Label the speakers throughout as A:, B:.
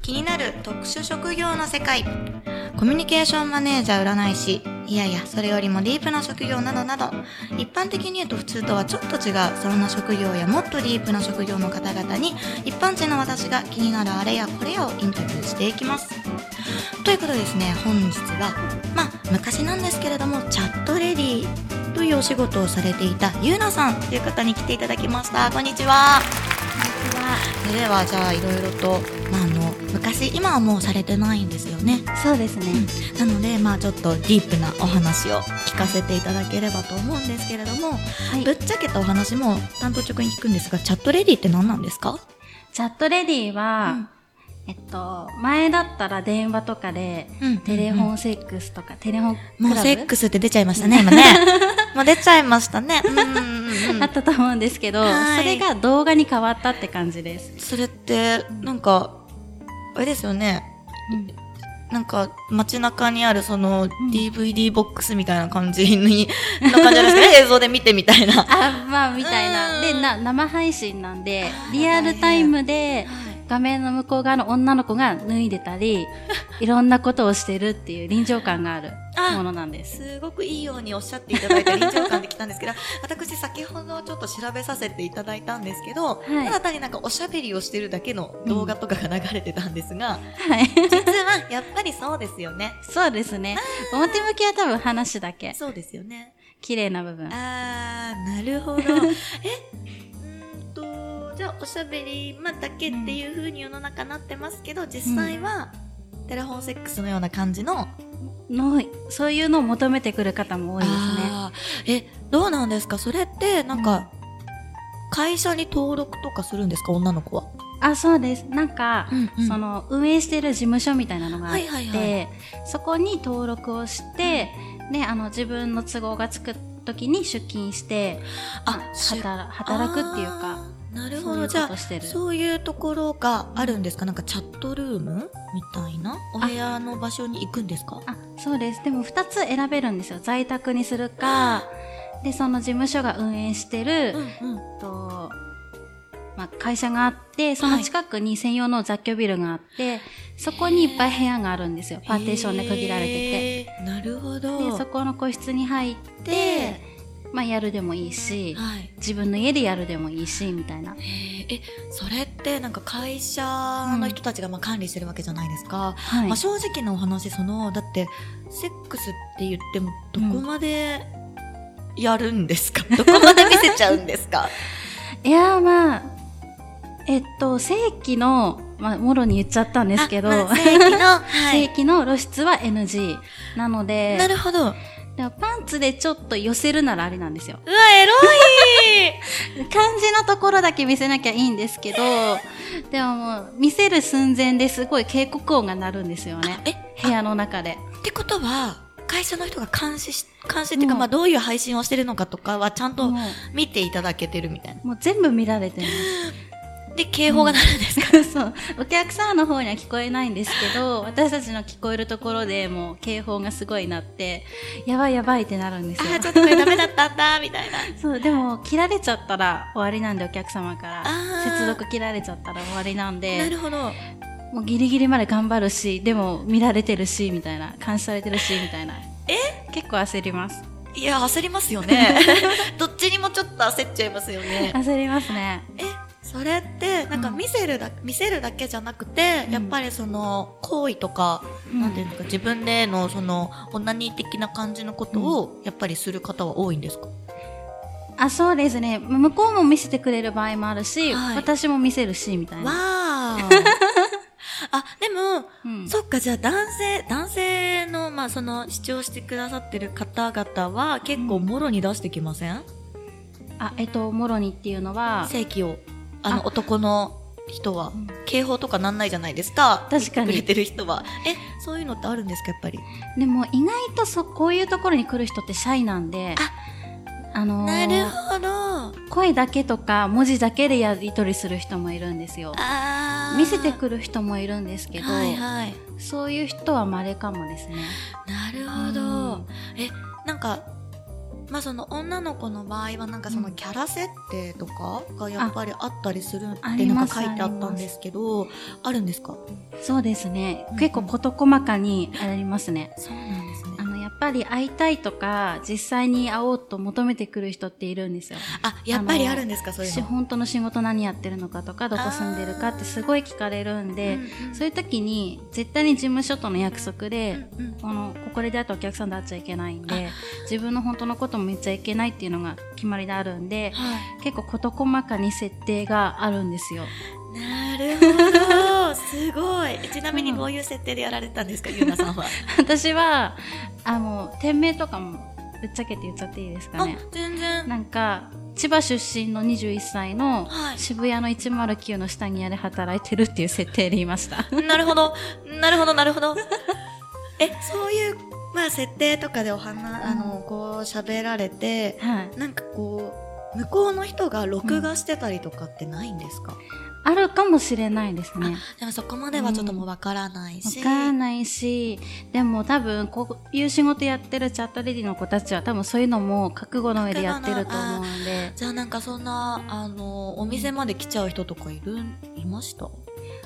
A: 気になる特殊職業の世界コミュニケーションマネージャー占い師いやいやそれよりもディープな職業などなど一般的に言うと普通とはちょっと違うそんな職業やもっとディープな職業の方々に一般人の私が気になるあれやこれやをインタビューしていきますということでですね本日はまあ昔なんですけれどもチャットレディというお仕事をされていたゆうなさんという方に来ていただきましたこんにちはそれではじゃあいろいろと、まあ、あの昔今はもうされてないんですよね
B: そうですね、
A: なのでまあちょっとディープなお話を聞かせていただければと思うんですけれども、
B: い
A: ぶっちゃけたお話も担当直に聞くんですがチャットレディって何なんですか
B: チャットレディは、えっと前だったら電話とかで、
A: うん
B: テレフォンセックスとか、テレフォンクラブ
A: もうセックスって出ちゃいましたね今ね もう出ちゃいました ねうんうんうん
B: あったと思うんですけど、
A: はい
B: それが動画に変わったって感じです、
A: それってなんかあれですよねなんか街中にあるその DVD ボックスみたいな感じに、 の感じなん ですね映像で見てみたいな。
B: あまあみたいな
A: うん
B: でな生配信なんで
A: あー
B: リアルタイムで
A: い
B: 画面の向こう側の女の子が脱いで たりいろんなことをしてるっていう臨場感がある
A: あ
B: ものなんです
A: すごくいいようにおっしゃっていただいた臨場感できたんですけど、 私先ほどちょっと調べさせていただいたんですけど、
B: はい
A: ただ単になんかおしゃべりをしてるだけの動画とかが流れてたんです が、
B: はい
A: 実はやっぱりそうですよね。
B: そうですね表向きは多分話だけ
A: そうですよね。
B: 綺麗な部分
A: あー、なる ほど。え、うーんと、じゃあおしゃべり、まあ、だけっていう風に世の中なってますけど、実際は、テレフォンセックスのような感じの
B: のそういうのを求めてくる方も多いですね
A: あーえ、どうなんですかそれって、なんか、会社に登録とかするんですか女の子は。
B: あそうですなんか、
A: の、
B: その運営してる事務所みたいなのがあっ
A: はい
B: て、
A: はいはい
B: そこに登録をして、であの自分の都合がつく時に出勤して
A: あ、し
B: 働働くっていうか。
A: あーなるほ
B: そうい
A: ど。
B: う
A: じゃ
B: こ
A: あ
B: と、してる
A: そういうところがあるんですかなんかチャットルームみたいなお部屋の場所に行くんですか
B: あそうですでも2つ選べるんですよ在宅にするかでその事務所が運営してる、
A: うんうん。
B: とまあ、会社があってその近くに専用の雑居ビルがあって、そこにいっぱい部屋があるんですよパーテーションで区切られてて。
A: てて。なるほど。
B: でそこの個室に入って、まあ、やるでもいいし
A: はい。
B: 自分の家でやるでもいいしみたいな
A: へーえ、それってなんか会社の人たちがまあ管理してるわけじゃないですか。
B: はい
A: まあ、正直なお話そのだってセックスって言ってもどこまでやるんですか、どこまで見せちゃうんです か
B: いやーまあえっと正規の、まあ、もろに言っちゃったんですけど、
A: あまあ正 規の、は
B: 正
A: い、
B: 規の露出は NG なので
A: なるほどうわ
B: でもパンツでちょっと寄せるならありなんですよ
A: エロい
B: 感じのところだけ見せなきゃいいんですけどでももう見せる寸前ですごい警告音が鳴るんですよね
A: え
B: 部屋の中で
A: ってことは会社の人が監視し監視っていうか、
B: もう
A: まあ、どういう配信をしてるのかとかはちゃんと
B: も
A: 見ていただけてるみたいう
B: もう全部見られてます
A: なで警報が鳴るんですか、
B: そうお客さんの方には聞こえないんですけど私たちの聞こえるところでもう警報がすごいなってやばいやばいってなるんですよ
A: あーちょっとこれダメだったんだみたいな
B: そうでも切られちゃったら終わりなんでお客様から
A: あー
B: 接続切られちゃったら終わりなん
A: な
B: で
A: るほど
B: もうギリギリまで頑張るしでも見られてるしみたいな監視されてるしみたいなえ結構焦ります
A: いや焦りますよ ねどっちにもちょっと焦っちゃいますよね
B: 焦りますね
A: えそれってなんか
B: うん
A: 見せるだ、見せるだけじゃなくて、
B: うん
A: やっぱりその行為とか、
B: うん
A: なんていうのか自分でのそのオナニー的な感じのことをやっぱりする方は多いんですか、
B: あそうですね向こうも見せてくれる場合もあるし、
A: はい
B: 私も見せるしみたい
A: わ
B: な、
A: ああでも、
B: うん、
A: そっかじゃあ男性男性のまあその視聴してくださってる方々は結構もろに出してきません、
B: あえっともろにっていうのは
A: 正規をあの
B: あ
A: 男の人は、
B: うん
A: 警報とかなんないじゃないですか
B: 確かに
A: くれてる人はえそういうのってあるんですかやっぱり
B: でも意外とそこういうところに来る人ってシャイなんであのー
A: ほど
B: 声だけとか文字だけでやり取りする人もいるんですよ
A: あー
B: 見せてくる人もいるんですけど、
A: はいはい
B: そういう人は稀かもですね
A: なるほど、
B: うん
A: えなんかまあその女の子の場合はなんかそのキャラ設定とかがやっぱりあったりするっていうのが書いてあったんですけどあるんですか
B: そうですね、
A: うん
B: 結構事細かにありますね
A: そうなんですね
B: あのやっぱり会いたいとか実際に会おうと求めてくる人っているんですよ
A: あやっぱりあるんですかそういう
B: し
A: の
B: 本当の仕事何やってるのかとかどこ住んでるかってすごい聞かれるんで、そう
A: い
B: いう時に絶対に事務所との約束で、
A: うんうん
B: あのここで出会ったお客さんと会っちゃいけないんで自分の本当のことも言っちゃいけないっていうのが決まりであるんで
A: はい
B: 結構事細かに設定があるんですよ。
A: なるほどすごいちなみにどういう設定でやられたんですかゆうなさんは
B: 私はあの店名とかもぶっちゃけて言っちゃっていいですか
A: あ
B: ね。
A: 全然
B: なんか千葉出身の21歳の
A: はい
B: 渋谷の109の下に屋で働いてるっていう設定でい ました。
A: なるほどなるほどなるほどえそういうまあ設定とかでお話あのこう喋られて
B: はい
A: なんかこう向こうの人が録画してたりとかってないんですか、
B: あるかもしれないですね。
A: でもそこまではちょっともうわからない
B: わ
A: し、
B: からないし、でも多分こういう仕事やってるチャットレディの子たちは多分そういうのも覚悟の上でやってると思うんで、
A: じゃあなんかそんなあのお店まで来ちゃう人とかいるいました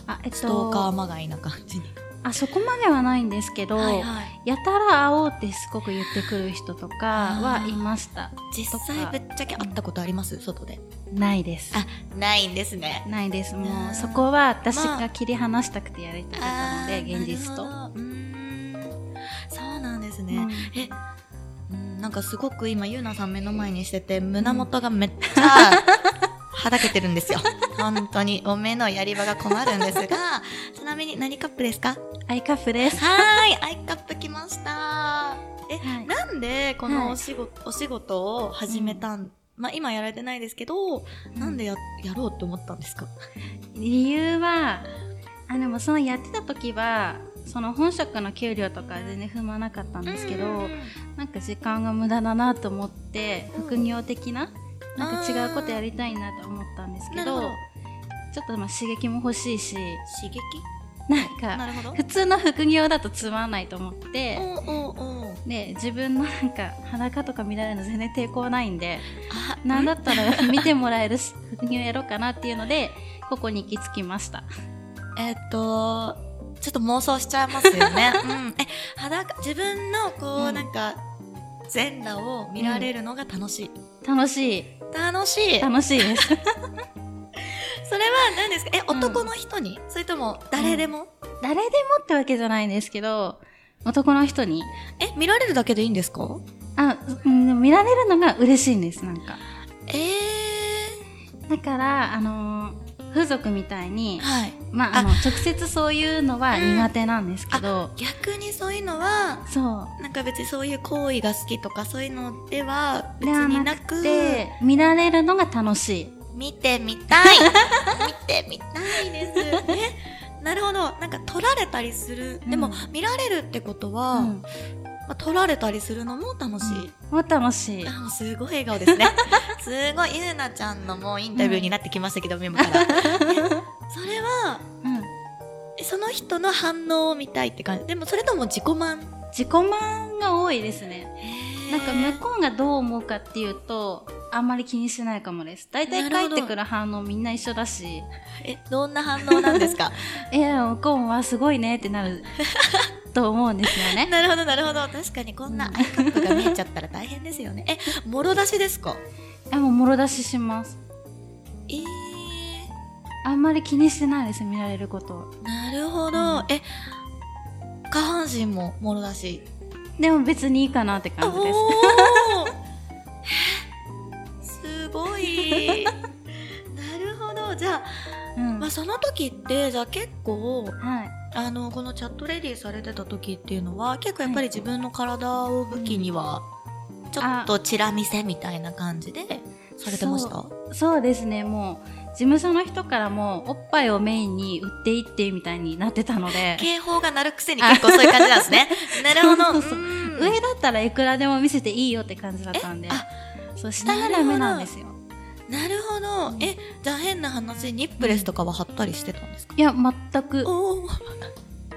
B: あ、えっ
A: ストーカー
B: と、
A: まがいな感じに、
B: あ、そこまではないんですけど、
A: はいはい、
B: やたら会おうってすごく言ってくる人とかはいました。
A: 実際ぶっちゃけ会ったことあります外で
B: ないです。
A: あないんですね
B: ないです。も
A: あー
B: うそこは私
A: まあ
B: が切り離したくてやりたかったので、
A: あー
B: 現実と。
A: なるほどうーんそうなんですね、
B: うん
A: えうんなんかすごく今ゆうなさん目の前にしてて胸元がめっち ゃはだけてるんですよ本当にお目のやり場が困るんですが ちなみに何カップですか
B: アイカップです。
A: はーいアイカップ来ましたえ、
B: はい
A: なんでこの
B: はい
A: お仕事,、お仕事を始めたん、まあ今やられてないですけど、なんでややろうって思ったんですか
B: 理由はあでもそのやってた時はその本職の給料とか全然踏まなかったんですけど、なんか時間が無駄だなと思って
A: うん
B: 副業的ななんか違うことや
A: り
B: りたいなと思ったんですけ
A: なるほ
B: ど
A: ど
B: ちょっとまあ刺激も欲しいし
A: 刺激
B: なん
A: な
B: か
A: るほど
B: 普通の副業だとつまんないと思って。
A: おうおうおう
B: で自分のなんか裸とか見られるの全然抵抗ないんで
A: あ
B: なんだったら見てもらえるし副業やろうかなっていうのでここに行き着きました
A: えっと、ちょっと妄想しちゃいますよ ね。うん、え、裸、自分のこう、
B: うん
A: なんか、全裸を見られるのが楽しい。
B: 楽しい
A: 楽しい。それは
B: 楽しいです
A: 何ですかえ、
B: うん
A: 男の人に、それとも誰でも、
B: 誰でもってわけじゃないんですけど男の人に
A: え、見られるだけでいいんですか
B: あ、うん、でも見られるのが嬉しいんですなんか
A: え
B: だからあのー風俗みたい
A: ー、
B: に
A: はい。
B: まああの直接そういうのは苦手なんですけど、
A: 逆にそういうのは、
B: そ
A: なんか別にそういう行為が好きとかそういうのでは
B: う
A: 別
B: では
A: に
B: な
A: な
B: く
A: く、
B: て見られるのが楽しい
A: 見てみた い見てみたいですねなるほどなんか撮られたりする、
B: うん
A: でも見られるってことは、
B: うん
A: まあ、撮られたりするのも楽しい、
B: もう楽しい
A: あもうすごい笑顔ですね すごいゆうなちゃんのもうインタビューになってきましたけど、メモから えそれは
B: うん
A: えその人の反応を見たいって感じでもそれとも自己満
B: 自己満が多いですねなんか向こうがどう思うかっていうとあんまり気にしないかもです大体
A: なるほ
B: 帰
A: ど
B: ってくる反応みんな一緒だし
A: えどんな反応なんですか
B: いや向こうもわすごいねってなると思うんですよね。
A: なるほどなるほど確かにこんなアイカップが見えちゃったら大変ですよねえもろ出しですか
B: あもうもろ出しします。
A: えー、
B: あんまり気にしてないです見られること。
A: なるほど、
B: うん
A: え下半身ももろだし
B: でも別にいいかなって感じです。
A: ーすご いなるほどじゃ
B: うん
A: あ、まあ、その時ってじゃあ結構
B: はい。
A: あのこのチャットレディーされてた時っていうのは結構やっぱり自分の体を武器には、ちょっとチラ見せみたいな感じでされてました
B: そうですねもう事務所の人からもおっぱいをメインに売っていってみたいになってたの で。
A: 警報が鳴るくせに結構そういう感じなんです ねなるほど
B: そうそうそう
A: うん
B: 上だったらいくらでも見せていいよって感じだったんで
A: えあ
B: そう下がダメなんですよ
A: なるほど。え、じゃあ変な話、ニップレスとかは貼ったりしてたんですか、
B: いや全く
A: おお。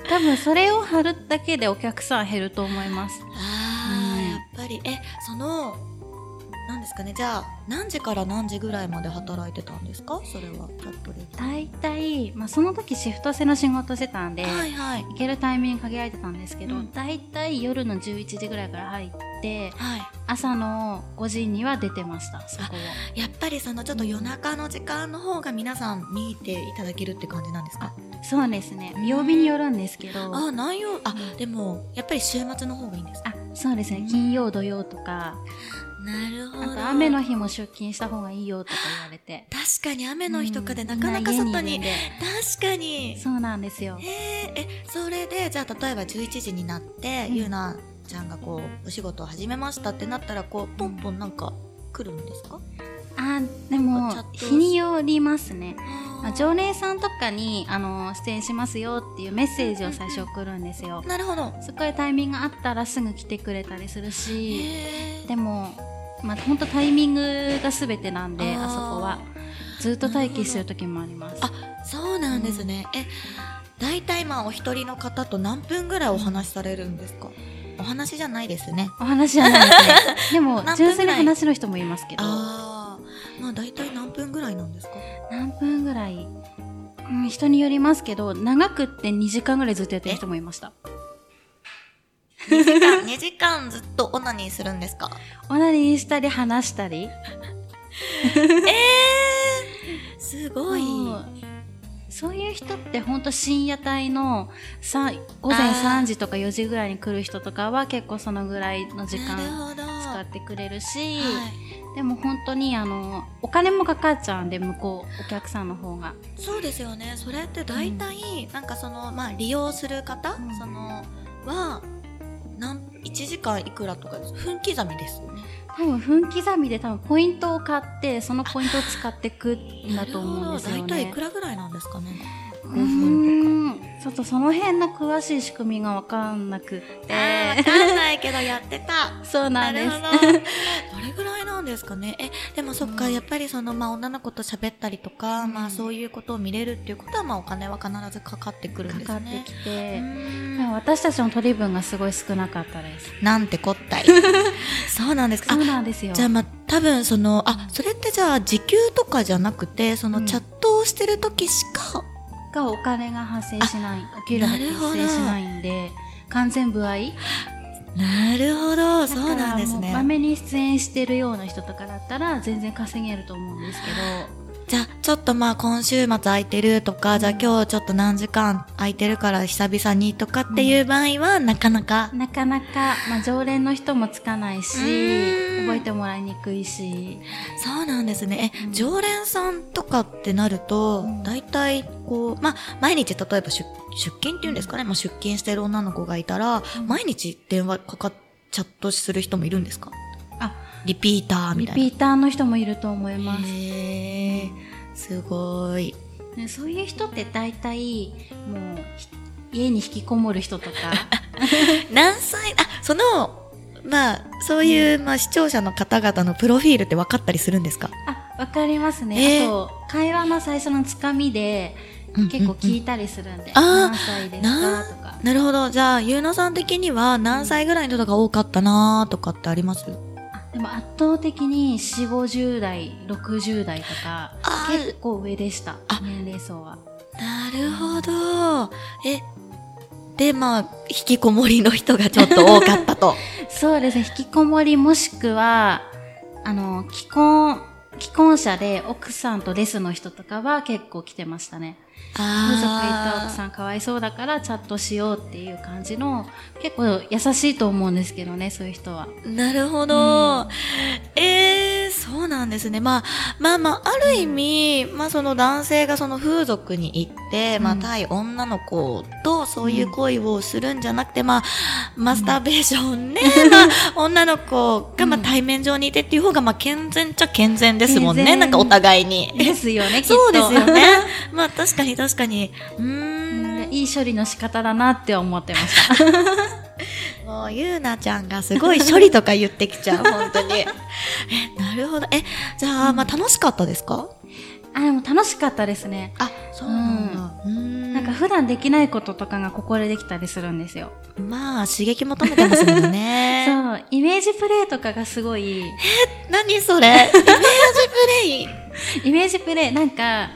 B: 多分それを貼るだけでお客さん減ると思います
A: ああ、
B: うん
A: やっぱり。え、その、なんですかねじゃあ何時から何時ぐらいまで働いてたんですかそれはチャットで
B: 大体、まあ、その時シフト制の仕事してたんで、
A: はいはい
B: 行けるタイミング限られてたんですけど、
A: うん
B: 大体夜の11時ぐらいから入って
A: はい
B: 朝の5時には出てましたそこは
A: やっぱりそのちょっと夜中の時間の方が皆さん見ていただけるって感じなんですか
B: そうですね曜日によるんですけど
A: あ何曜あでもやっぱり週末の方がいいんですか
B: あそうですね金曜土曜とか
A: なるほ
B: あと雨の日も出勤した方がいいよとか言われて
A: 確かに雨の日とかで
B: うん
A: なかなか
B: みん
A: 外
B: 家い
A: に
B: るんで
A: 確かに
B: そうなんですよ
A: へーえそれでじゃあ例えば11時になって、
B: うん
A: ゆうなちゃんがこうお仕事を始めましたってなったらこうポンポンなんか来るんですか、
B: あでも
A: チャット
B: 日によりますね
A: あ
B: あ常連さんとかにあの出演しますよっていうメッセージを最初送るんですよ
A: なるほど
B: そこでタイミングがあったらすぐ来てくれたりするし
A: へー
B: でもまあ本当タイミングが全てなんで
A: あー
B: あそこはずっと待機してる時もあります
A: あそうなんですね、え大体まあお一人の方と何分ぐらいお話しされるんですかお話じゃないですね
B: お話じ ゃないですねでも
A: 何分ぐらい
B: 純粋に話の人もいますけど
A: ああまあ大体何分ぐらいなんですか
B: 何分ぐらい、うん、人によりますけど長くって2時間ぐらいずっとやってる人もいました
A: 2時間2時間ずっとオナニーするんですか
B: オナニーしたり話したり
A: すごい
B: そうそういう人って本当深夜帯のさ午
A: あ
B: 前
A: ー
B: 3時とか4時ぐらいに来る人とかは結構そのぐらいの時
A: なる
B: 間
A: ほど
B: 使ってくれるし、
A: はい
B: でも本当にあのお金もかかっちゃうんで向こうお客さんの方が
A: そうですよねそれって大体、なんかそのまあ利用する方、
B: うん
A: そのはなん1時間いくらとかです分刻みですよね
B: 多分分刻みで多分ポイントを買ってそのポイントを使ってくんだと思うんですよ
A: 大体い
B: ね
A: く。らぐらいなんですかね
B: うーんちょっとその辺の詳しい仕組みが分かんなくっ
A: あー
B: て
A: わかんないけどやってた
B: そうなんです
A: なる ほどそれぐらいなんですかねえでもそっか、
B: うん
A: やっぱりそのまあ女の子と喋ったりとか、
B: うん
A: まあそういうことを見れるっていうことはまあお金は必ずかかってくるん
B: か
A: です
B: かって
A: ね
B: き
A: う
B: て、
A: ー
B: でも
A: ん
B: 私たちの取り分がすごい少なかったです
A: なんてこ ったいそうなんですか
B: そ
A: あ
B: うなんですよ
A: じゃあまあ多分そのあそれってじゃあ時給とかじゃなくてそうの
B: ん
A: チャットをしてる時しか、
B: がお金が発生しないお給料が発生しないんで完全不合
A: なるほど
B: だ
A: そ
B: から
A: うなんです
B: もう場
A: ね
B: 面に出演してるような人とかだったら全然稼げると思うんですけど
A: じゃあちょっとまあ今週末空いてるとか、じゃあ今日ちょっと何時間空いてるから久々にとかっていう場合は、なかなか
B: なかなか、まあ、常連の人もつかないし
A: うん
B: 覚えてもらいにくいし
A: そうなんですねえ、
B: うん
A: 常連さんとかってなると、
B: うん
A: 大体こうまあ毎日例えば出出勤っていうんですかね、まあ、出勤してる女の子がいたら、
B: うん
A: 毎日電話かかっチャットする人もいるんですか
B: あ
A: リピーターみ
B: リ
A: たいな
B: ピーターの人もいると思います
A: へえすごい
B: ねそういう人って大体もうひ家に引きこもる人 とか
A: 何歳あそのまあそういう、まあ、視聴者の方々のプロフィールって分かったりするんですか
B: あわかります
A: え
B: ね、
A: ー
B: あと会話の最初のつかみで結構聞いたりするんで、
A: うんうんうんあー
B: 何歳ですかとか
A: なるほどじゃあゆうなさん的には何歳ぐらいの人が多かったなーとかってあります
B: あでも圧倒的に4 5 0代60代とか
A: あー
B: 結構上でした
A: あ
B: 年齢層は
A: なるほどえでまあ引きこもりの人がちょっと多かったと
B: そうですね引きこもりもしくはあの既婚既婚者で奥さんとレスの人とかは結構来てましたね家族いた奥
A: あ
B: さんかわいそうだからチャットしようっていう感じの結構優しいと思うんですけどねそういう人は
A: あなるほど、
B: うん
A: えー、そうなんですね、まあ、まあまあある意味、まあ、その男性がその風俗に行って、まあ、
B: うん
A: 対女の子とそういう行為をするんじゃなくて、まあ、マスターベーションね、 まあ、女の子がまあ
B: うん
A: 対面上にいてっていう方がまあ健全っちゃ健全ですもんね
B: 健全
A: なんかお互いに。
B: ですよねきっと
A: そうです よねまあ確かに確かにうーん
B: いい処理の仕方だなって思ってました
A: もうゆうなちゃんがすごい処理とか言ってき ちゃう本当にえなるほどえじゃあ、まあ楽しかったですか
B: あでも楽しかったですね
A: あそうなんだ、うーん
B: なんか普段できないこととかがここでできたりするんですよ。
A: まあ刺激求めてますもんね。
B: そう、イメージプレイとかがすごい、
A: 何そ れイメージプレイ
B: イメージプレイ、なんか、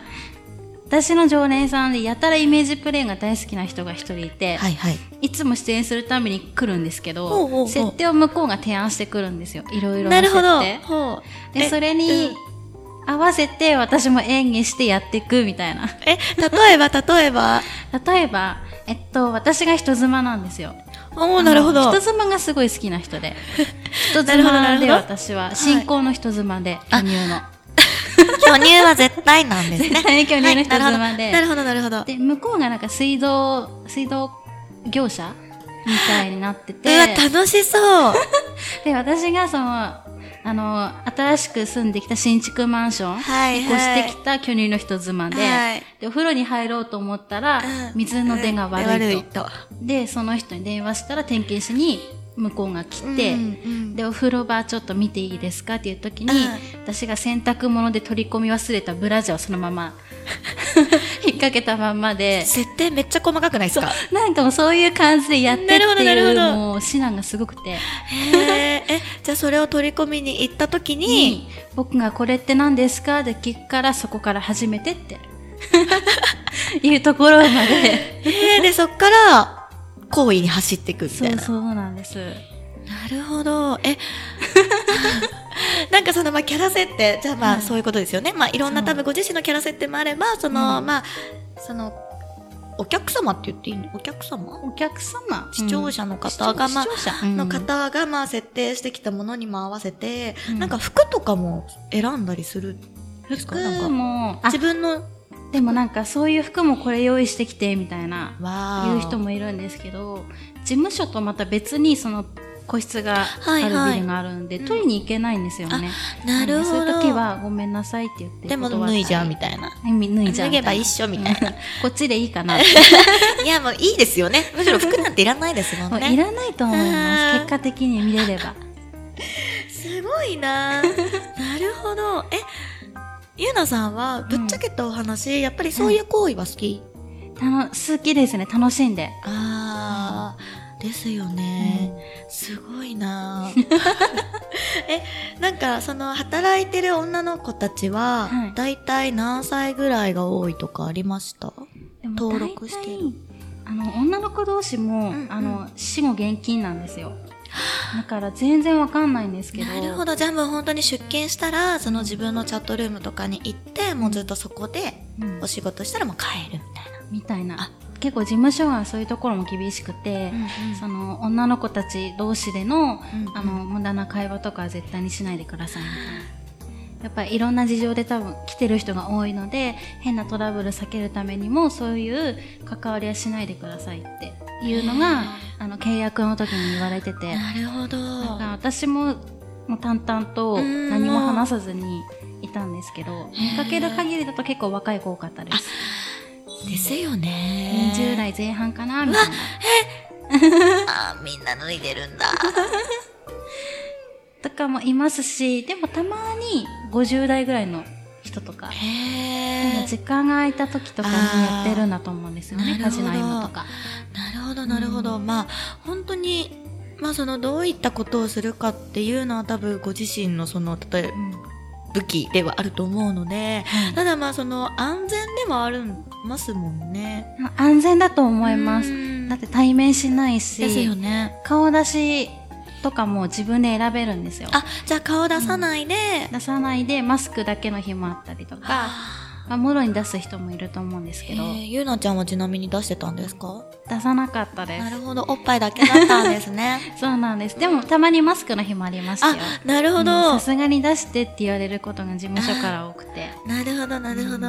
B: 私の常連さんでやたらイメージプレイが大好きな人が一人いて、
A: はいはい。
B: い、つも出演するたびに来るんですけど
A: ほうほうほう
B: 設定を向こうが提案してくるんですよ。いろいろ
A: な
B: な
A: るほ
B: 設
A: ど。
B: 定。
A: ほう
B: で、
A: え
B: それに合わせて私も演技してやっていくみたいな。
A: え、例えば例えば。
B: 例えば、えっと、私が人妻なんですよ。
A: あ、もうなるほ
B: あ
A: ど。
B: の人妻がすごい好きな 人で。人
A: なるほどな
B: 妻
A: るほ
B: で
A: ど
B: 私は、信仰の人妻で、巨 乳の。
A: 巨乳は絶対なんですね。
B: 絶対に 巨乳の人妻で。
A: はいなるほど、なるほど、なるほど。
B: で、向こうがなんか水道、水道業者みたいになって
A: う
B: て。
A: わ、楽しそう。
B: で、私がその、あの、新しく住んできた新築マンション、
A: はい
B: 引っ
A: は
B: 越
A: い
B: してきた巨乳の人妻で、
A: はい
B: で、お風呂に入ろうと思ったら、
A: うん
B: 水の出が悪いと。
A: と。
B: で、その人に電話したら点検しに向こうが来て、
A: うんうん
B: で、お風呂場ちょっと見ていいですかっていう時に、
A: うん
B: 私が洗濯物で取り込み忘れたブラジャーをその まま引っ掛けたまんまで、
A: 設定めっちゃ細かくないですか
B: なんかもうそういう感じでやってって
A: なるほどないる
B: う、
A: ほど
B: もう指南がすごくて。
A: へええ、じゃあそれを取り込みに行った時に、
B: に、僕がこれって何ですかって聞くからそこから始めてって いうところまで
A: へえで、そっから、行為に走ってい くみた
B: そ
A: いな。
B: うそうなんです
A: なるほど。え、なんかその、まあ、キャラ設定、じゃあま
B: は
A: あ、
B: い
A: そういうことですよね。まあ、いろんな
B: そう
A: 多分ご自身のキャラ設定もあれば、その、
B: うん
A: まあ、その、お客様って言っていいのお客様
B: お客様
A: 視聴者の方が、
B: うん
A: まあ
B: 視、聴視聴者
A: の方が、まあ、設定してきたものにも合わせて、
B: うん
A: なんか服とかも選んだりするんですかな
B: 服
A: んか、
B: もあ
A: 自分の、
B: でもなんかそういう服もこれ用意してきてみたいな
A: わ
B: いう人もいるんですけど事務所とまた別にその個室があ
A: はいは
B: る
A: い
B: ビルがあるんで、
A: うん
B: 取りに行けないんですよね、
A: なるほど。
B: そういう時はごめんなさいって言って
A: でも脱いじゃうみ
B: た
A: たいな。
B: いな脱いじゃ
A: 脱
B: うみた
A: げ
B: いな
A: ば一緒みたいな。
B: こっちでいいかなって
A: いや、もういいですよね。むしろ服なんていらないですも
B: も
A: ん
B: う
A: ね。
B: いらないと思います
A: うん
B: 結果的に見れれば
A: すごいなな るほど。え、ゆうなさんは、ぶっちゃけたお話、やっぱりそういう行為は好き、
B: たの好きですね楽しんで、
A: あー、ですよね。すごい なえ、なんか、その、働いてる女の子たちは、
B: はい
A: だいたい何歳ぐらいが多いとかありました
B: うん
A: 登録してる
B: でも大体あの女の子同士も、
A: うんうん
B: あの死後現金なんですよだから全然わかんないんですけど
A: なるほど。じゃあもう本当に出勤したら、その自分のチャットルームとかに行って、もうずっとそこで、
B: うん
A: お仕事したらもう帰るみたいな。
B: みたいな
A: あ
B: 結構事務所はそういうところも厳しくて、その女の子たち同士での,、
A: うんうん
B: あの無駄な会話とかは絶対にしないでくださいみたいな。やっぱりいろんな事情で多分来てる人が多いので変なトラブル避けるためにもそういう関わりはしないでくださいっていうの
A: へー
B: があの契約の時に言われてて
A: なるほど。
B: だから私ももう淡々と
A: うん
B: 何も話さずにいたんですけど
A: へー
B: 見かける限りだと結構若い子多かったです
A: ですよね。
B: 20代前半かなみたいな
A: あーみんな脱いでるん だ。
B: とかもいますしでもたまに50代ぐらいの人とか
A: へえ。
B: 時間が空いた時とかにやってるんだと思うんですよ
A: あ
B: ね
A: ー
B: 家事の合間とか。
A: なるほど、なるほど。まあ、本当に、まあその、どういったことをするかっていうのは多分ご自身のその、例えば
B: うん
A: 武器ではあると思うので、
B: はい
A: ただまあその、安全でもありますもんね。
B: 安全だと思います。
A: す
B: だって対面しない
A: ですよ
B: し、
A: ね。
B: 顔出しとかも自分で選べるんですよ。
A: あ、じゃあ顔出さないで、
B: 出さないでマスクだけの日もあったりとか、
A: あ
B: まあ、もろに出す人もいると思うんですけど、
A: ーゆうなちゃんはちなみに出してたんですか
B: 出さなかったで
A: なる
B: す。
A: ほど、おっぱいだけだったんです ね。
B: そうなんです。でもたまにマスクの日もありましたよ。
A: あ、なる
B: う
A: ほ
B: ん
A: ど。
B: さすがに出してって言われることが事務所から多くて。
A: なるほど、なるほど。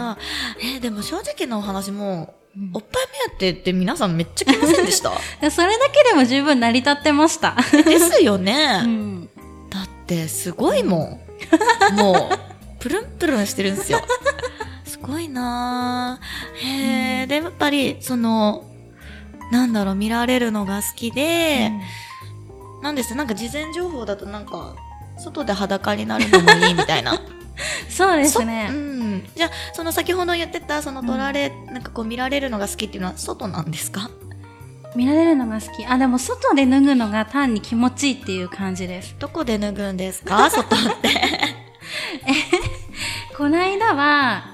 A: えーでも正直なお話もう、
B: うん
A: おっぱい目当てって皆さんめっちゃ来ませんでした
B: でそれだけでも十分成り立ってました。
A: ですよ
B: う
A: ね。
B: ん。
A: だって、すごいもん。 もう、プルンプルンしてるんですよ。すごいなぁ。へえ、で、やっぱり、その、なんだろう、見られるのが好きで、 なんですなんか事前情報だとなんか、外で裸になるのもいいみたいな
B: そうで
A: そ
B: すね
A: うん、じゃあその先ほど言ってたその撮られ、なんかこう見られるのが好きっていうのは外なんですか
B: 見られるのが好きあでも外で脱ぐのが単に気持ちいいっていう感じです
A: どこで脱ぐんです か外って
B: この間は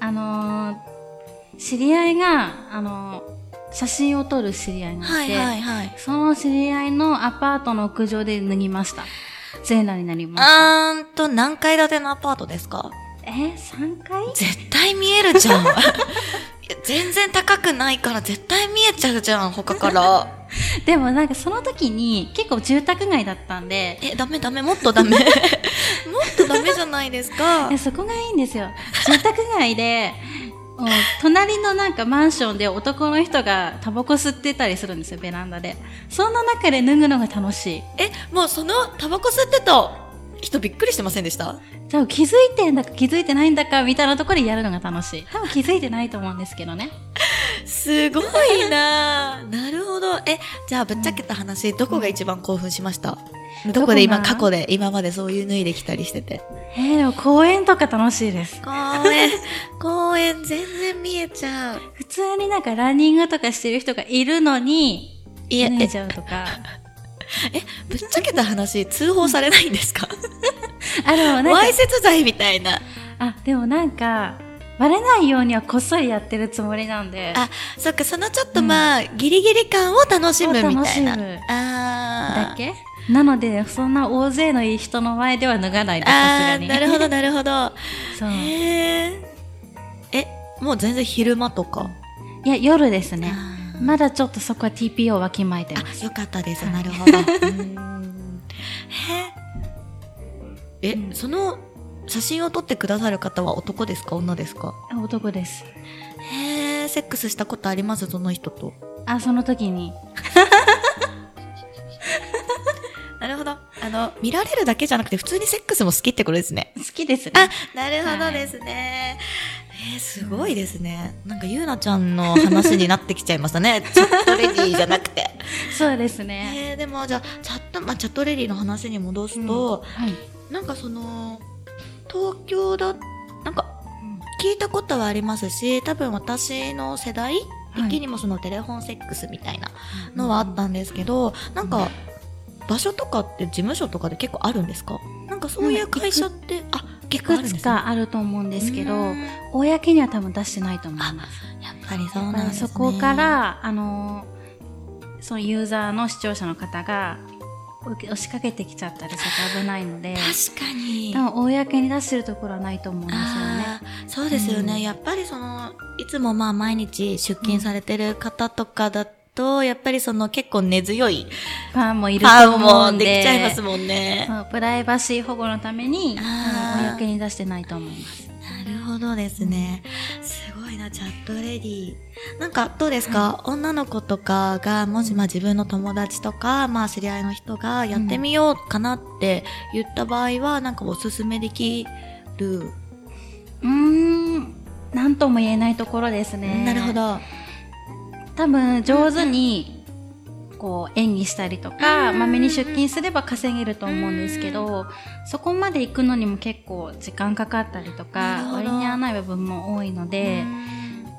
B: あのー知り合いが、あのー写真を撮る知り合いがいて、
A: いはい
B: その知り合いのアパートの屋上で脱ぎました全裸になりました
A: あーんと何階建てのアパートですか
B: えー、3階
A: 絶対見えるじ ゃんいや全然高くないから絶対見えちゃうじゃん他から
B: でもなんかその時に結構住宅街だったんで
A: えダメダメもっとダ メもっとダメじゃないですか
B: いやそこがいいんですよ住宅街 でもう隣のなんかマンションで男の人がタバコ吸ってたりするんですよベランダでそんな中で脱ぐのが楽しい
A: えもうそのタバコ吸ってた人びっくりしてませんでした
B: 多分気づいてんだか気づいてないんだかみたいなところでやるのが楽しい多分気づいてないと思うんですけどね
A: すごいなあ なるほどえじゃあぶっちゃけた話、どこが一番興奮しました、どこで今
B: どこが
A: 過去で今までそういう脱いできたりしてて
B: えー、でも公園とか楽しいです
A: 公園 公園全然見えちゃう
B: 普通になんかランニングとかしてる人がいるのに
A: いや
B: 脱
A: え
B: いちゃうとか
A: ぶっちゃけた話通報されないんです か
B: あでもなん
A: わ
B: か
A: いせつ罪みたいな
B: あでもなんかバレないようにはこっそりやってるつもりなんで
A: あそっかそのちょっとまあ、ギリギリ感を楽しむみた
B: 楽し
A: い
B: む
A: なあ
B: だ
A: ー
B: けなのでそんな大勢のいい人の前では脱がないですさす
A: あ
B: が
A: ー
B: に
A: なるほどなるほど
B: そう
A: へええもう全然昼間とか
B: いや夜ですね
A: あー
B: まだちょっとそこは TPO わきまえてます
A: あ、よかったです。
B: はい
A: なるほど。え、
B: うん
A: その写真を撮ってくださる方は男ですか女ですか
B: あ男です
A: へえ、セックスしたことありますその人と。
B: あその時に
A: なるほど。あの、見られるだけじゃなくて、普通にセックスも好きってことですね。
B: 好きですね
A: あ、なるほどですね。えーすごいですね。なんか、ゆうなちゃんの話になってきちゃいましたね。チャットレディじゃなくて。
B: そうですね、
A: えーでも、じゃあ、チャット、まあ、チャットレディの話に戻すと、
B: はい、
A: なんかその東京だなんか聞いたことはありますし多分私の世代
B: い
A: 的にもそのテレフォンセックスみたいなのはあったんですけど、なんか場所とかって事務所とかで結構あるんですかなんかそういう会社ってあ
B: い
A: 結構あるん
B: く
A: で
B: つ
A: すね
B: かあると思うんですけ
A: う
B: ど
A: んや
B: 公には多分出してないと思います
A: っぱりそうなんですね
B: そこからあのーそのユーザーの視聴者の方がお押しかけてきちゃったりすると危ないので
A: 確かに
B: 多分公に出してるところはないと思うんですよね
A: あーそうですよね、
B: うん
A: やっぱりそのいつもまあ毎日出勤されてる方とかだとやっぱりその結構根強い
B: ファンもいる
A: パ
B: と
A: ン
B: 思う
A: も
B: ん
A: で
B: で
A: きちゃいますもんね。
B: そうプライバシー保護のために
A: あー
B: 多分公に出してないと思います
A: なるほどですね。すごいな、チャットレディ。なんかどうですか、女の子とかが、もしまあ自分の友達とか、まあ知り合いの人がやってみようかなって言った場合は、なんかおすすめできる。
B: うーん何とも言えないところですね
A: なるほど。
B: 多分上手にこう演技したりとか
A: うん
B: まめに出勤すれば稼げると思うんですけどそこまで行くのにも結構時間かかったり
A: な
B: と
A: る
B: か
A: ほど
B: 割に合わない部分も多いので
A: うん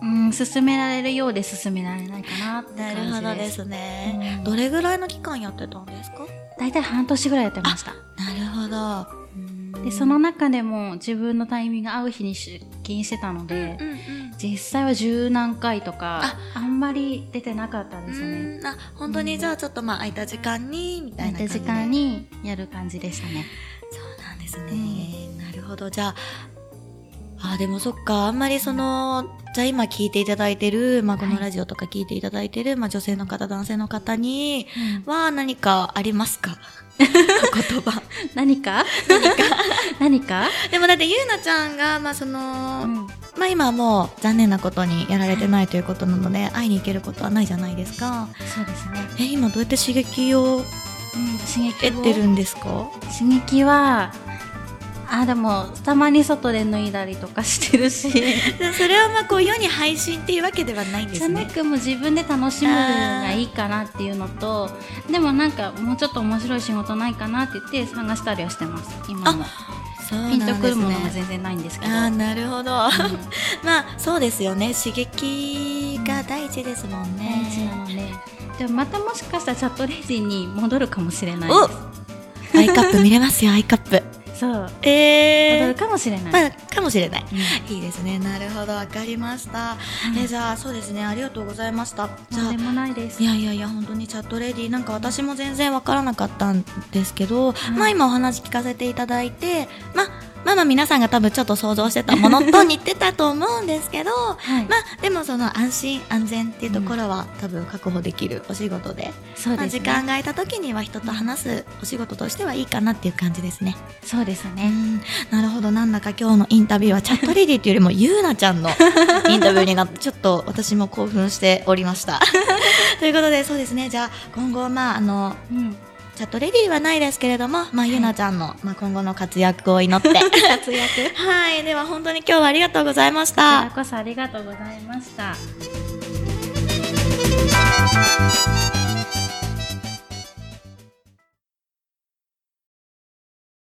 B: うん進められるようで進められないかなって
A: なるほど
B: 感じ
A: で
B: です
A: すね。
B: うん
A: どれぐらいの期間やってたんですか
B: 大体半年ぐらいやってました
A: なるほど。うん
B: でその、中でも自分のタイミングが合う日に出勤してたので
A: うんうん
B: 実際は十何回とかあんまり出てなかったんですよね
A: うんあ本当にじゃあちょっとまあ空いた時間にみた
B: 空
A: い
B: い
A: な感
B: た
A: じで
B: 時間にやる感じでしたね。
A: そうなんですね、なるほどじゃああーでもそっかあんまりそのじゃあ今聞いていただいてる、まあ、この
B: はい
A: ラジオとか聞いていただいてる、まあ、女性の方男性の方には何かあります か言葉
B: 何か 何か
A: でもだってゆうなちゃんが、まあその
B: うん
A: まあ、今はもう残念なことにやられてないということなので、会いに行けることはないじゃないですか
B: そうですね。
A: え今どうやって刺激を
B: うん、刺激を
A: 得てるんですか
B: 刺激は、あ、でも、たまに外で脱いだりとかしてるし、
A: それはまあこう世に配信っていうわけではないんで
B: じゃ
A: す
B: な
A: ね
B: くもう自分で楽しむのがいいかなっていうのと、でもなんかもうちょっと面白い仕事ないかなって言って探したりはしてます、今も。
A: そう
B: ピン
A: な
B: と
A: ん
B: く
A: で
B: る
A: す
B: も
A: ね
B: のが全然ないんですけど
A: ああなる ほどま
B: うん
A: あそうですよね刺激が第一ですもんね
B: 大事なのででもまたもしかしたらチャットレジに戻るかもしれない
A: おアイカップ見れます よアイカップ
B: ですそう戻
A: え
B: るかもしれない、
A: まあかもしれない
B: うん
A: いいですねなるほどわかりました、えじゃあそうですねありがとうございましたじゃ
B: と
A: あ
B: んでもないです
A: いやいやいや本当にチャットレディなんか私も全然わからなかったんですけど、まあ今お話聞かせていただいてまあまあまあ皆さんが多分ちょっと想像してたものと似てたと思うんですけど
B: はい
A: まあでもその安心安全っていうところは多分確保できるお仕事で,、
B: そう
A: まあ
B: です
A: 時
B: ね、
A: 間が空いた時には人と話すお仕事としてはいいかなっていう感じですね。
B: そうです
A: う
B: ね
A: んなるほどなんだか今日のインタビューはチャットレディというよりもゆうなち ゃんのインタビューになってちょっと私も興奮しておりました ということでそうですねじゃあ今後まああの
B: うん
A: チャットレディはないですけれども、まあ、ゆうなちゃんの、まあ、今後の活躍を祈って
B: 活躍 こち
A: はいでは本当に今日はありがとうございました
B: らこそありがとうございました